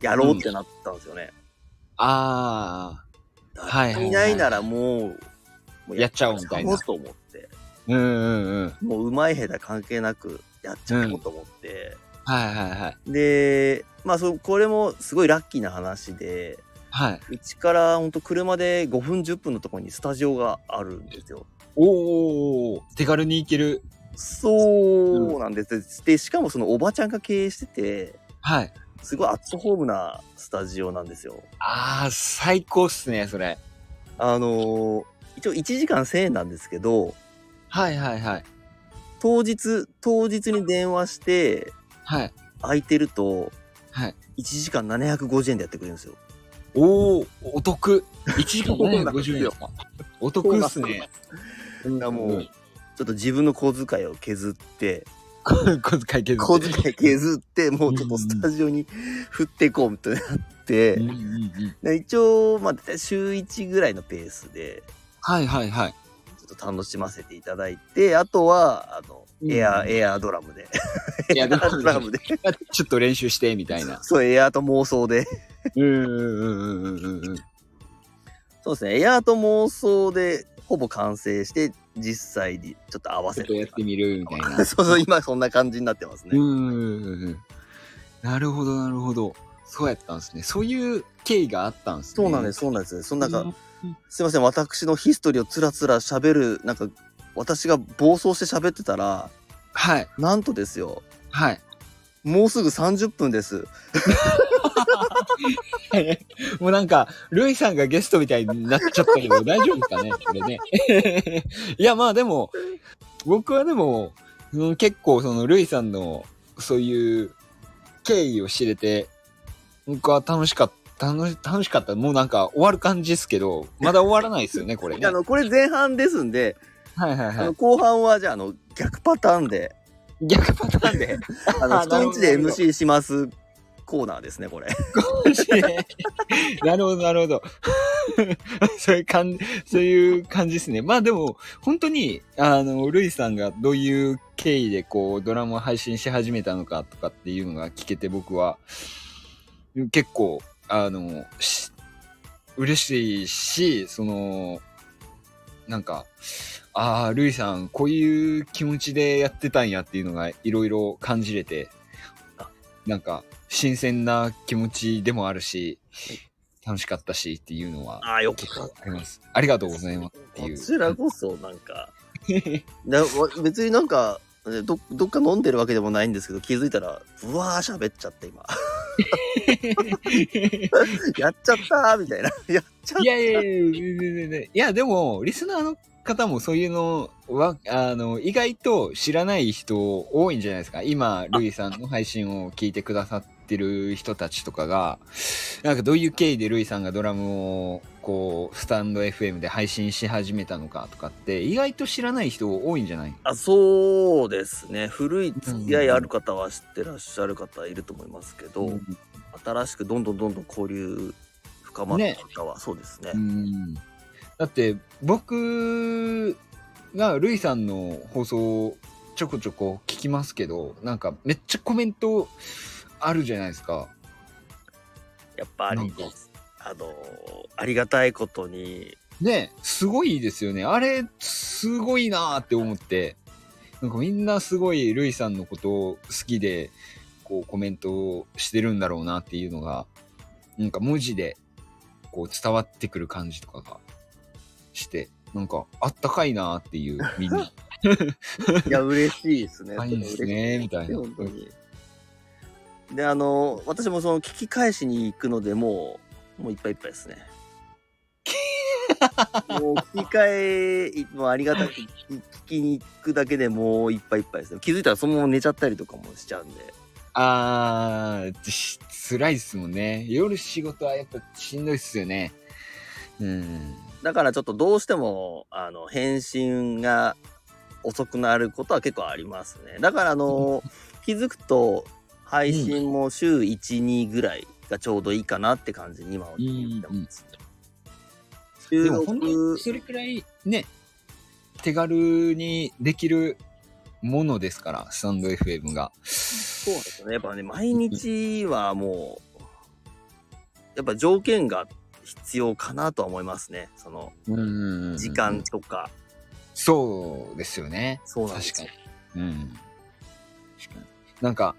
Speaker 1: やろうってなったんですよね。
Speaker 2: あはいはいはい
Speaker 1: いないならもうも
Speaker 2: やっちゃおうみたいな
Speaker 1: やっちゃおうと思って
Speaker 2: あ。うんうんうん。はい
Speaker 1: もう上手い下手関係なくやっちゃおうと思って、
Speaker 2: はいはい。
Speaker 1: でまあそうこれもすごいラッキーな話で
Speaker 2: はい。
Speaker 1: うちからほんと車で5分10分のところにスタジオがあるんですよ。
Speaker 2: おーおーおー手軽に行ける。
Speaker 1: そうなんです、でしかもそのおばちゃんが経営してて
Speaker 2: はい。
Speaker 1: すごいアットホームなスタジオなんですよ
Speaker 2: ああ、最高っすね、それ。
Speaker 1: あのー一応1時間1000円なんですけど
Speaker 2: はいはいはい。
Speaker 1: 当日当日に電話して
Speaker 2: はい。
Speaker 1: 空いてると
Speaker 2: はい。
Speaker 1: 1時間750円でやってくれるんですよ
Speaker 2: おお、お得。1時間
Speaker 1: そうなんです
Speaker 2: 750円
Speaker 1: よ
Speaker 2: ですか。お得っすね。
Speaker 1: だからもう、
Speaker 2: うん (laughs)
Speaker 1: ちょっと自分の小遣いを削って
Speaker 2: 小遣い削
Speaker 1: 小
Speaker 2: って。
Speaker 1: 遣い削ってもうちょっとスタジオに振っていこうみたいになって、
Speaker 2: うんうんうん
Speaker 1: で一応まあ大体週1ぐらいのペースで
Speaker 2: はいはいはい。
Speaker 1: ちょっと楽しませていただいて、あとは、あの、
Speaker 2: うん
Speaker 1: エアー、エアードラムで。 (laughs)
Speaker 2: い
Speaker 1: エ
Speaker 2: や、
Speaker 1: ア
Speaker 2: でも
Speaker 1: ードラムで。
Speaker 2: ちょっと練習して、みたいな。
Speaker 1: そう、エアーと妄想で。
Speaker 2: うんうんうんうんうん。
Speaker 1: そうですね、エアーと妄想で、ほぼ完成して、実際にちょっと合わせ
Speaker 2: ちょっとや
Speaker 1: て
Speaker 2: っ。てみる、みたいな。
Speaker 1: そうそう、今そんな (laughs) 感じになってます
Speaker 2: う
Speaker 1: ね。
Speaker 2: んうんうんうん。なるほど、なるほど。そうやったんですね。そういう経緯があったんですね。
Speaker 1: そうなんです、。そうなんです。そんなん
Speaker 2: う
Speaker 1: か
Speaker 2: ん、
Speaker 1: すいません、私のヒストリーをつらつら喋る、なんか、私が暴走して喋ってたら、
Speaker 2: はい、
Speaker 1: なんとですよ、
Speaker 2: はい。 (laughs)
Speaker 1: もうすぐ30分です。
Speaker 2: もうなんか、ルイさんがゲストみたいになっちゃったけど、大丈夫かね (laughs) これね。いや、まあでも、僕はでも、うん結構そのルイさんの、そういう経緯を知れて、僕は楽しかった、楽し楽しかった。もうなんか終わる感じですけど、まだ終わらないですよね、これね。
Speaker 1: (laughs) あ
Speaker 2: はい
Speaker 1: の、これ前半ですんで、
Speaker 2: はいは
Speaker 1: あの
Speaker 2: い。
Speaker 1: 後半は、じゃあ、あの、逆パターンで。
Speaker 2: 逆パターン (laughs) で。
Speaker 1: (laughs) あの、
Speaker 2: あ
Speaker 1: 人
Speaker 2: なるほ
Speaker 1: ん
Speaker 2: ど
Speaker 1: ちで MC しますコーナーですね、これ。
Speaker 2: なるほど、なるほど。 (laughs) そういう感じ、
Speaker 1: (laughs)
Speaker 2: そういう感じですね。まあでも、本当に、あの、ルイさんがどういう経緯でこう、ドラマを配信し始めたのかとかっていうのが聞けて、僕は、結構、あの、し嬉しいし、その、なんか、ああ、ルイさん、こういう気持ちでやってたんやっていうのがいろいろ感じれて、なんか、新鮮な気持ちでもあるし、楽しかったしっていうのは、
Speaker 1: ああ、よ
Speaker 2: 結構あります。ありがとうございますっていう。
Speaker 1: こちらこそ、なんか、なわ別になんか、どどっか飲んでるわけでもないんですけど気づいたらうわー喋っちゃって今 (laughs) やっちゃったーみたいなやっちゃっ
Speaker 2: (laughs) いやいやいやいやいやいやいや、でも、リスナーの方もそういうのは、あの、意外と知らない人多いんじゃないですか。今、ルイさんの配信を聞いてくださってる人たちとかが、なんかどういう経緯でルイさんがドラムを、こう、スタンド FM で配信し始めたのかとかって、意外と知らない人多いんじゃない
Speaker 1: あそうですね古い付き合いある方は知ってらっしゃる方いると思いますけど、
Speaker 2: うん
Speaker 1: 新しくどんどんどんどん交流深まった方は、そうですね、
Speaker 2: うんだって僕がルイさんの放送をちょこちょこ聞きますけどなんかめっちゃコメントあるじゃないですか。
Speaker 1: やっぱ
Speaker 2: なん
Speaker 1: り
Speaker 2: か
Speaker 1: あのありがたいこと
Speaker 2: (laughs)
Speaker 1: に
Speaker 2: ねすごいですよねあれすごいなーって思ってなんかみんなすごいルイさんのことを好きでこうコメントをしてるんだろうなっていうのがなんか文字でこう伝わってくる感じとかがしてなんかあったかいなーっていうみんな。
Speaker 1: いや、嬉しいですね。
Speaker 2: はいいいですねみたいな
Speaker 1: 本当に。で、あの、私もその聞き返しに行くので、もう、もういっぱいいっぱいです
Speaker 2: (laughs)
Speaker 1: ね。もう聞き返りもうありがたく聞き聞きに行くだけでもういっぱいいっぱいですね。気づいたらそのまま寝ちゃったりとかもしちゃうんで。
Speaker 2: あー、し辛いっすもんね。夜仕事はやっぱしんどいっすよね。うん。
Speaker 1: だからちょっとどうしても、あの、返信が遅くなることは結構ありますね。だからあの、気づくと配信も週1、2ぐらいがちょうどいいかなって感じに今は思ってます。
Speaker 2: で
Speaker 1: 収
Speaker 2: も本当に
Speaker 1: 録、
Speaker 2: それくらいね、手軽にできるものですから、スタンド FM が。
Speaker 1: そうですね。やっぱね、毎日はもう、やっぱ条件が必要かなとは思いますね。その、
Speaker 2: うん
Speaker 1: 時間。とか。
Speaker 2: そうですよね。
Speaker 1: そうなんで
Speaker 2: 確
Speaker 1: すよ
Speaker 2: かに。。うん。確かに。なんか、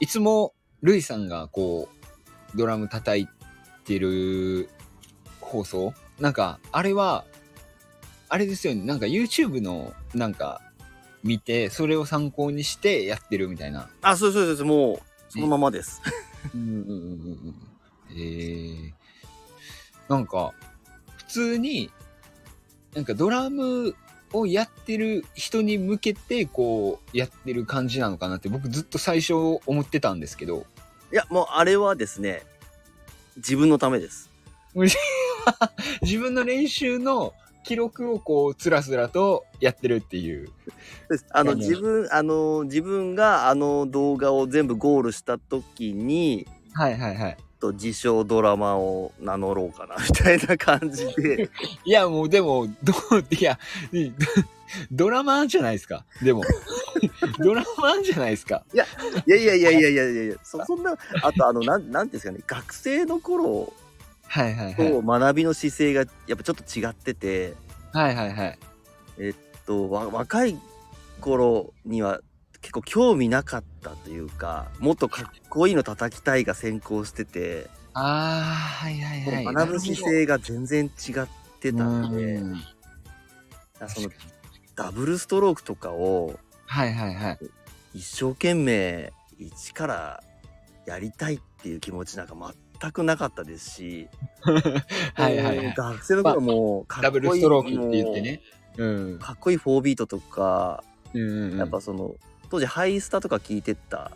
Speaker 2: いつも、ルイさんがこう、ドラム叩いてる放送なんか、あれは、あれですよね。なんか YouTube の、なんか、見て、それを参考にしてやってるみたいな。
Speaker 1: あ、そうそうそうそう、もう、そのままです。
Speaker 2: うんうんうんうんうん。ええなんか、普通に、なんかドラムをやってる人に向けて、こう、やってる感じなのかなって、僕ずっと最初思ってたんですけど。
Speaker 1: いや、もうあれはですね、自分のためです。
Speaker 2: 自分の練習の記録をこう、つらつらとやってるっていう。
Speaker 1: ですあの
Speaker 2: いや
Speaker 1: 自分あの自分があの動画を全部ゴールした時に
Speaker 2: はいはいはい。
Speaker 1: と自称ドラマを名乗ろうかなみたいな感じ
Speaker 2: (laughs)
Speaker 1: で
Speaker 2: いや、もうでも、どう、いや、いドラマーじゃないですか。で (laughs) も、ドラマーじゃないですか。
Speaker 1: いやいやいやいやいやいやいやそそんなあとあのなんなんていうんですかね学生の頃
Speaker 2: はいはいはい。
Speaker 1: と学びの姿勢がやっぱちょっと違ってて
Speaker 2: はいはいはい。
Speaker 1: とわ若い頃には結構興味なかったというかもっとかっこいいの叩きたいが先行してて、
Speaker 2: ああ、はいはいはい。
Speaker 1: 学ぶ姿勢が全然違ってた
Speaker 2: なんる
Speaker 1: で
Speaker 2: ほどうん
Speaker 1: そ
Speaker 2: 確
Speaker 1: の
Speaker 2: かに
Speaker 1: ダブルストロークとかを
Speaker 2: はいはいはい。
Speaker 1: 一生懸命一からやりたいっていう気持ちなんか全くなかったですし
Speaker 2: はいはいはい。
Speaker 1: 学生の頃もか
Speaker 2: ダ
Speaker 1: っこ
Speaker 2: ブ
Speaker 1: いい
Speaker 2: ルストロークって言ってね。うん。
Speaker 1: かっこいい4ビートとか、
Speaker 2: うんうんうん
Speaker 1: やっぱその当時ハイスタとか聞いてた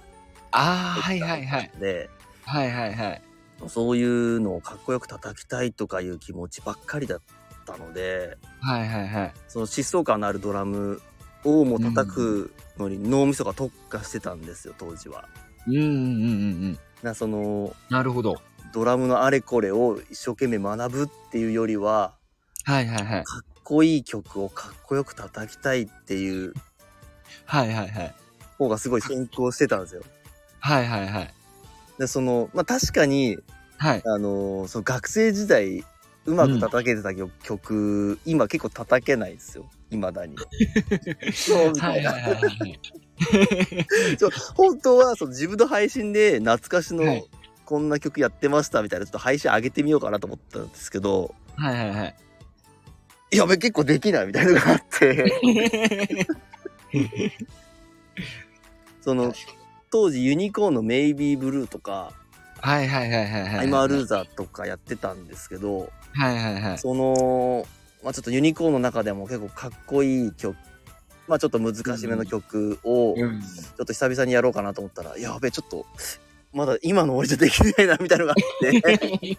Speaker 2: ああ、はいはいはい。
Speaker 1: で
Speaker 2: はいはいはい。
Speaker 1: そういうのをかっこよく叩きたいとかいう気持ちばっかりだったので
Speaker 2: はいはいはい。
Speaker 1: その疾走感のあるドラムをもう叩くのに脳みそが特化してたんですよ当時は。
Speaker 2: うんうんうんうんうん。
Speaker 1: なその
Speaker 2: なるほど。
Speaker 1: ドラムのあれこれを一生懸命学ぶっていうよりは
Speaker 2: はいはいはい。
Speaker 1: かっこいい曲をかっこよく叩きたいっていう
Speaker 2: はいはいはい。
Speaker 1: 方がすごい先行してたんですよ。
Speaker 2: はいはいはい。
Speaker 1: でそのまあ確かに、
Speaker 2: はい。
Speaker 1: あのーその学生時代うまく叩けてた曲、曲今結構叩けないですよいまだに。そうみ
Speaker 2: は
Speaker 1: た
Speaker 2: い
Speaker 1: い
Speaker 2: はい
Speaker 1: な。
Speaker 2: はいはい。
Speaker 1: そう本当はその自分の配信で懐かしの、
Speaker 2: はい
Speaker 1: こんな曲やってましたみたいなちょっと配信上げてみようかなと思ったんですけど
Speaker 2: はいはいはい。
Speaker 1: いやべ結構できないみたいなのがあって。その当時ユニコーンの「メイビーブルー」とか
Speaker 2: はいはいはいはい
Speaker 1: 「
Speaker 2: は
Speaker 1: ア
Speaker 2: い。
Speaker 1: イマールーザー」とかやってたんですけど
Speaker 2: はいはいはい。
Speaker 1: そのまあ、ちょっとユニコーンの中でも結構かっこいい曲、まあ、ちょっと難しめの曲をちょ
Speaker 2: ん、
Speaker 1: っと久々にやろうかなと思ったら、やべえちょっとまだ今の俺じゃできないなみたいなのがあって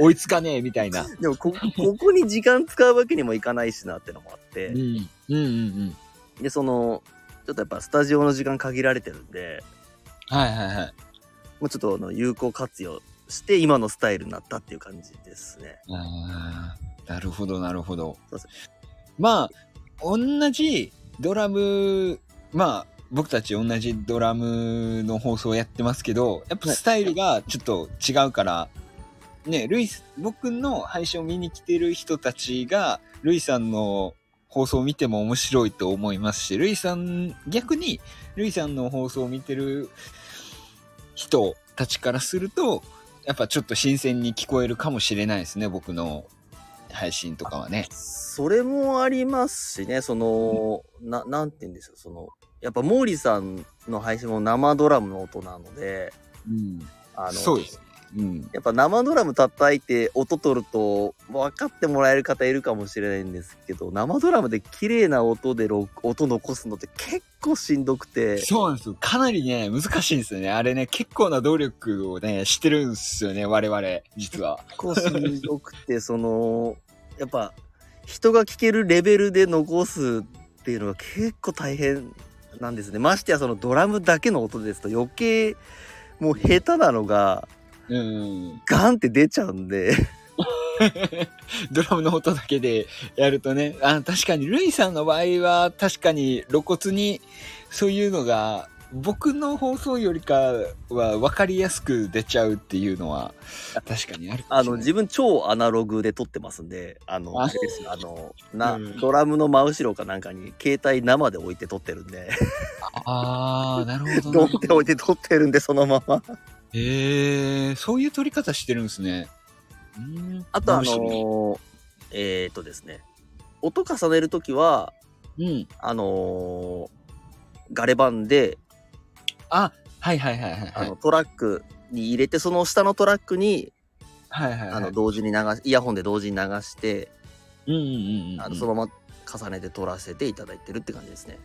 Speaker 2: 追いつかねえみたいな。
Speaker 1: でもこここに時間使うわけにもいかないしなってのもあって。
Speaker 2: うん、うん、うん、うん。
Speaker 1: でそのちょっとやっぱスタジオの時間限られてるんで
Speaker 2: はいはいはい。
Speaker 1: もうちょっとあの有効活用して今のスタイルになったっていう感じですね。
Speaker 2: ああ、なるほど、なるほど
Speaker 1: そうそ。
Speaker 2: まあ、同じドラム、まあ、僕たち同じドラムの放送やってますけど、やっぱスタイルがちょっと違うから、ね、ルイス、僕の配信を見に来てる人たちが、ルイさんの放送を見ても面白いと思いますし、ルイさん、逆に、ルイさんの放送を見てる人たちからすると、やっぱちょっと新鮮に聞こえるかもしれないですね、僕の配信とかはね。
Speaker 1: それもありますしねその、ななんて言うんでしょうそのやっぱ毛利さんの配信も生ドラムの音なので
Speaker 2: うん。
Speaker 1: あの
Speaker 2: そうです。うん。
Speaker 1: やっぱ生ドラム叩いて音取ると分かってもらえる方いるかもしれないんですけど生ドラムで綺麗な音で録音残すのって結構しんどくて。
Speaker 2: そうなんですよ。かなりね、難しいんですよね。あれね、結構な努力をね、してるんですよね、我々、実 (laughs) は。
Speaker 1: 結構しんどくてそのやっぱ人が聞けるレベルで残すっていうのが結構大変なんですねましてやそのドラムだけの音ですと余計もう下手なのが
Speaker 2: うん。
Speaker 1: ガンって出ちゃうんで
Speaker 2: ドラムの音だけでやるとね、あ確かに、ルイさんの場合は、確かに露骨に、そういうのが、僕の放送よりかは分かりやすく出ちゃうっていうのは、確かにある
Speaker 1: あ
Speaker 2: か
Speaker 1: の
Speaker 2: もし
Speaker 1: 自
Speaker 2: れない
Speaker 1: 分超アナログで撮ってますんであの
Speaker 2: あ
Speaker 1: あれ
Speaker 2: (laughs)
Speaker 1: ですあのな、
Speaker 2: うん
Speaker 1: ドラムの真後ろかなんかに携帯生で置いて撮ってるんで
Speaker 2: あー、なる (laughs) ほ
Speaker 1: ド
Speaker 2: ど
Speaker 1: ン
Speaker 2: な、 (laughs)
Speaker 1: って置いて撮ってるんでそのまま
Speaker 2: へえ、そういう取り方してるんですね。うーん
Speaker 1: あとあの
Speaker 2: 面白い
Speaker 1: えっ、ー、とですね音重ねるときは
Speaker 2: うん。
Speaker 1: あのーガレ版で、
Speaker 2: あ、はいはいはいはいは
Speaker 1: あ
Speaker 2: い
Speaker 1: の。トラックに入れてその下のトラックに、
Speaker 2: はいはいはい。
Speaker 1: あの同時に流しイヤホンで同時に流して、
Speaker 2: うんうんうんうん。
Speaker 1: あのそのまま重ねて撮らせていただいてるって感じですね。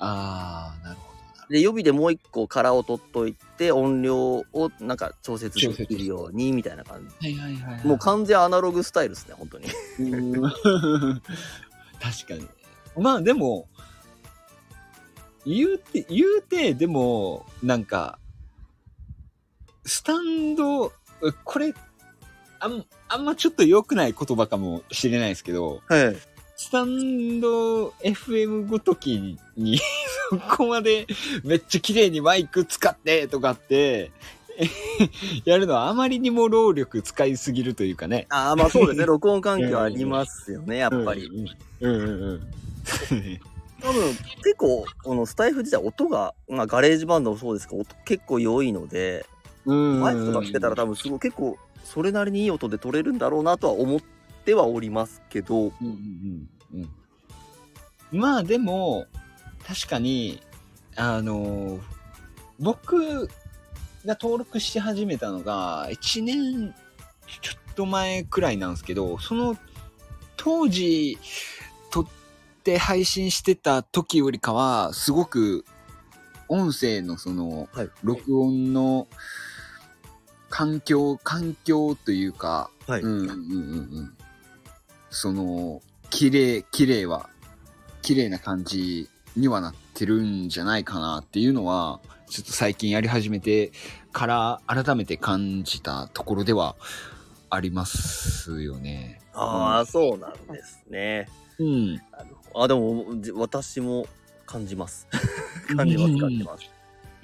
Speaker 2: あー、なるほどなる
Speaker 1: で予備でもう一個殻を取っといて音量をなんか調節できるようにみたいな感じ。
Speaker 2: ほど。はいはいはいはい。
Speaker 1: もう完全アナログスタイルですね本当に。
Speaker 2: うーん (laughs) 確かに。まあでも、言うて、言うて、でも、なんか、スタンド、これ、あん、あんまちょっと良くない言葉かもしれないですけど、
Speaker 1: はい。
Speaker 2: スタンド FM ごときに、 (laughs) そこまでめっちゃ綺麗にマイク使ってとかって、 (laughs) やるのはあまりにも労力使いすぎるというかね。
Speaker 1: ああまあそうですね録音環境ありますよねやっぱり。
Speaker 2: うんうんうん。うんうん (laughs) うん。
Speaker 1: 多分結構このスタイフ自体音が、まあ、ガレージバンドもそうですけど音結構良いのでマイクとかつけたら多分すごい結構それなりにいい音で取れるんだろうなとは思ってはおりますけど
Speaker 2: うんうんうんうんまあでも確かにあのー僕が登録し始めたのが1年ちょっと前くらいなんですけどその当時撮って配信してた時よりかはすごく音声のその
Speaker 1: はい
Speaker 2: 録音の環境環境というか
Speaker 1: はい
Speaker 2: うんうんうんうん。その、綺麗、綺麗は、綺麗な感じにはなってるんじゃないかなっていうのは、ちょっと最近やり始めてから改めて感じたところではありますよね。
Speaker 1: ああそうなんですね
Speaker 2: うん。
Speaker 1: なるほどあでもじ私も感じます感じます感じます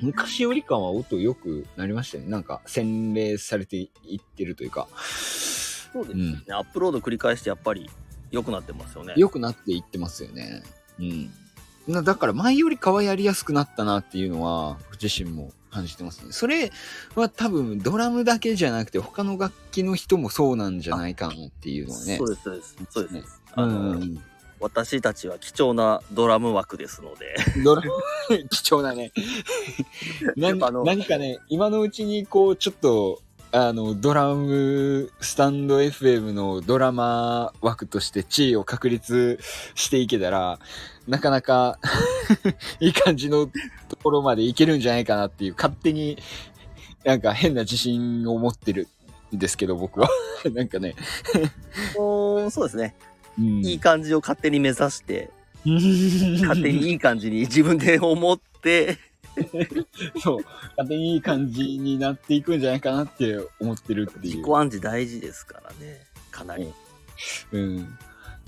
Speaker 2: 昔よりかは音良くなりましたね。なんか洗練されていってるというか。
Speaker 1: そうです
Speaker 2: う
Speaker 1: ね
Speaker 2: ん。
Speaker 1: アップロード繰り返してやっぱり良くなってますよね
Speaker 2: 良くなっていってますよね。うん。なだから前よりかはやりやすくなったなっていうのは、僕自身も感じてますね。それは多分ドラムだけじゃなくて他の楽器の人もそうなんじゃないかなっていうのはね。
Speaker 1: そうですそうですそうです、
Speaker 2: ね
Speaker 1: あの
Speaker 2: うんうん
Speaker 1: 私たちは貴重なドラム枠ですので
Speaker 2: うん。ドラム、 (laughs) 貴重だね。
Speaker 1: (laughs) やっ
Speaker 2: 何
Speaker 1: ぱあの
Speaker 2: 何かね、今のうちにこう、ちょっと、あの、ドラム、スタンド FM のドラマ枠として地位を確立していけたら、なかなか (laughs) いい感じのところまでいけるんじゃないかなっていう、勝手になんか変な自信を持ってるんですけど、僕は。 (laughs) なんかね。
Speaker 1: もうそうですね。
Speaker 2: うん、
Speaker 1: いい感じを勝手に目指して、勝
Speaker 2: 勝
Speaker 1: 手にいい感じに自分で思って、
Speaker 2: そう、勝手にいい感じになっていくんじゃないかなって思ってるってい
Speaker 1: 自
Speaker 2: う
Speaker 1: 己。暗示大事ですからね。かなり。
Speaker 2: うん、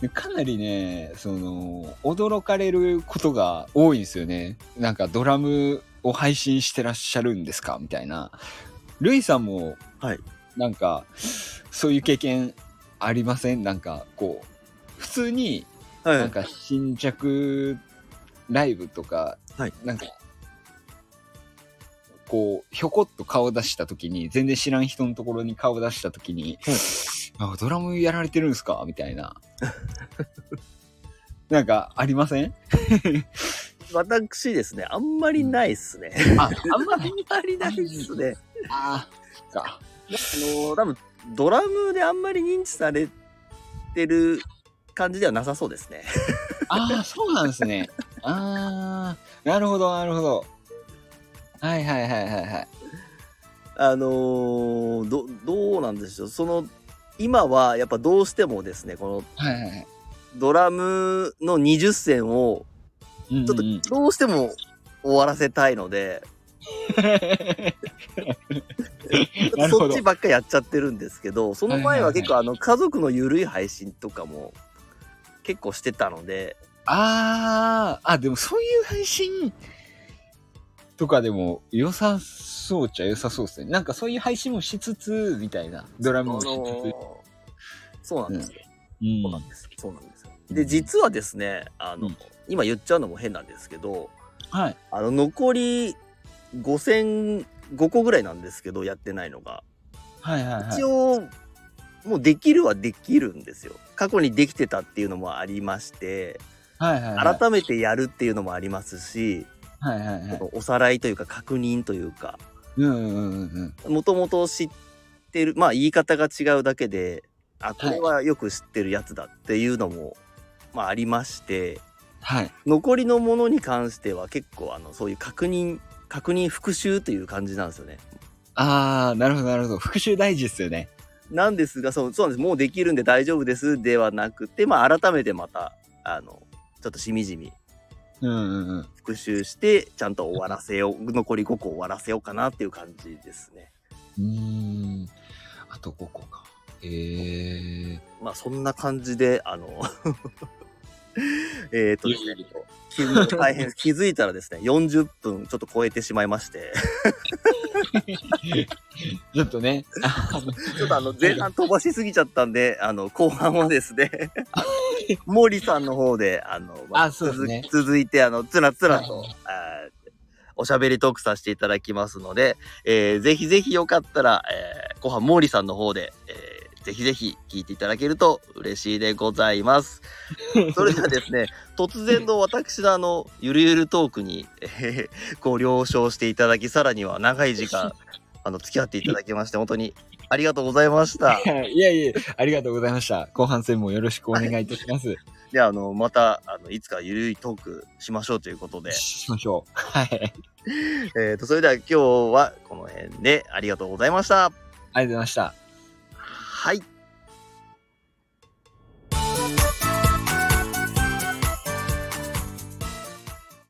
Speaker 2: でかなりね、その、驚かれることが多いんですよね。なんかドラムを配信してらっしゃるんですかみたいな。ルイさんも、
Speaker 1: はい
Speaker 2: なんか、そういう経験ありませんなんか、こう、普通に
Speaker 1: はい
Speaker 2: なんか新着ライブとか、
Speaker 1: はい
Speaker 2: なんか、こう、ひょこっと顔出した時に、全然知らん人のところに顔出した時に、あドラムやられてるんですかみた
Speaker 1: (laughs)
Speaker 2: いな。なんか、ありません
Speaker 1: 私ですね、あんまりないっすね。
Speaker 2: あ、あんま
Speaker 1: あん
Speaker 2: り、
Speaker 1: まりないっすね。
Speaker 2: あーそっか。
Speaker 1: あの、多分ドラムであんまり認知されてる感じではなさそうですね。 (laughs)
Speaker 2: ああ、そうなんですね。ああ、なるほど、なるほど。はいはいはいはいはい。
Speaker 1: あのーど、どうなんでしょう。その、今はやっぱどうしてもですね、この
Speaker 2: はいはいはい。
Speaker 1: ドラムの20戦を
Speaker 2: うんうん
Speaker 1: ちょっとどうしても終わらせたいので、
Speaker 2: (laughs) なるほ
Speaker 1: そ
Speaker 2: (laughs) ど
Speaker 1: っちばっかやっちゃってるんですけど、その前は結構あの家族のゆるい配信とかも結構してたので、
Speaker 2: あーあ、でもそういう配信とかでも良さそうっちゃ良さそうですね。なんかそういう配信もしつつ、みたいな。ドラムもし
Speaker 1: あの
Speaker 2: つ
Speaker 1: ー
Speaker 2: つ。
Speaker 1: そうなんですよ。
Speaker 2: うん
Speaker 1: そうなんです。そうなんですよ。で、実はですね、あの、
Speaker 2: うん
Speaker 1: 今言っちゃうのも変なんですけど、
Speaker 2: はい。
Speaker 1: あの、残り5戦、5個ぐらいなんですけど、やってないのが。
Speaker 2: はいはいはい。
Speaker 1: 一応、もうできるはできるんですよ。過去にできてたっていうのもありまして、
Speaker 2: はいはいはい。
Speaker 1: 改めてやるっていうのもありますし、
Speaker 2: はいはいはい
Speaker 1: そ。のおさらいというか確認というか、
Speaker 2: うんうんうん
Speaker 1: もともと知ってる、まあ言い方が違うだけで、あ、これはよく知ってるやつだっていうのも、まあありまして、
Speaker 2: はい。
Speaker 1: 残りのものに関しては結構あのそういう確認確認復習という感じなんですよね。
Speaker 2: ああ、なるほどなるほど。復習大事ですよね。
Speaker 1: なんですがそうそうなんですもうできるんで大丈夫ですではなくて、まあ、改めてまたあのちょっとしみじみ
Speaker 2: うんうんうん。
Speaker 1: 復習してちゃんと終わらせよう残り5個終わらせようかなっていう感じですね。
Speaker 2: うーん。あと5個か。ええ
Speaker 1: まあそんな感じであの (laughs) えっと
Speaker 2: ー。
Speaker 1: ですね気づ大変気づいたらですね40分ちょっと超えてしまいまして
Speaker 2: ちょっとね。あの
Speaker 1: (laughs) ちょっとあの前半飛ばしすぎちゃったんで、あの後半はですね、森さんの方で、あの、
Speaker 2: あそうですね
Speaker 1: 続続いて、あの、つらつらと、あーおしゃべりトークさせていただきますので、えーぜひぜひよかったら、えー後半毛利さんの方で、えーぜひぜひ聞いていただけると嬉しいでございます。それではですね、突然の私のあの、ゆるゆるトークに、えーご了承していただき、さらには長い時間、あの、付き合っていただきまして、本当にありがとうございました。
Speaker 2: (laughs) いやいや、ありがとうございました。後半戦もよろしくお願いいたします。
Speaker 1: で、あの、また、あの、いつかゆるいトークしましょうということで、
Speaker 2: しましょう。はい。
Speaker 1: えーと、それでは今日はこの辺でありがとうございました。
Speaker 2: ありがとうございました。
Speaker 1: はい。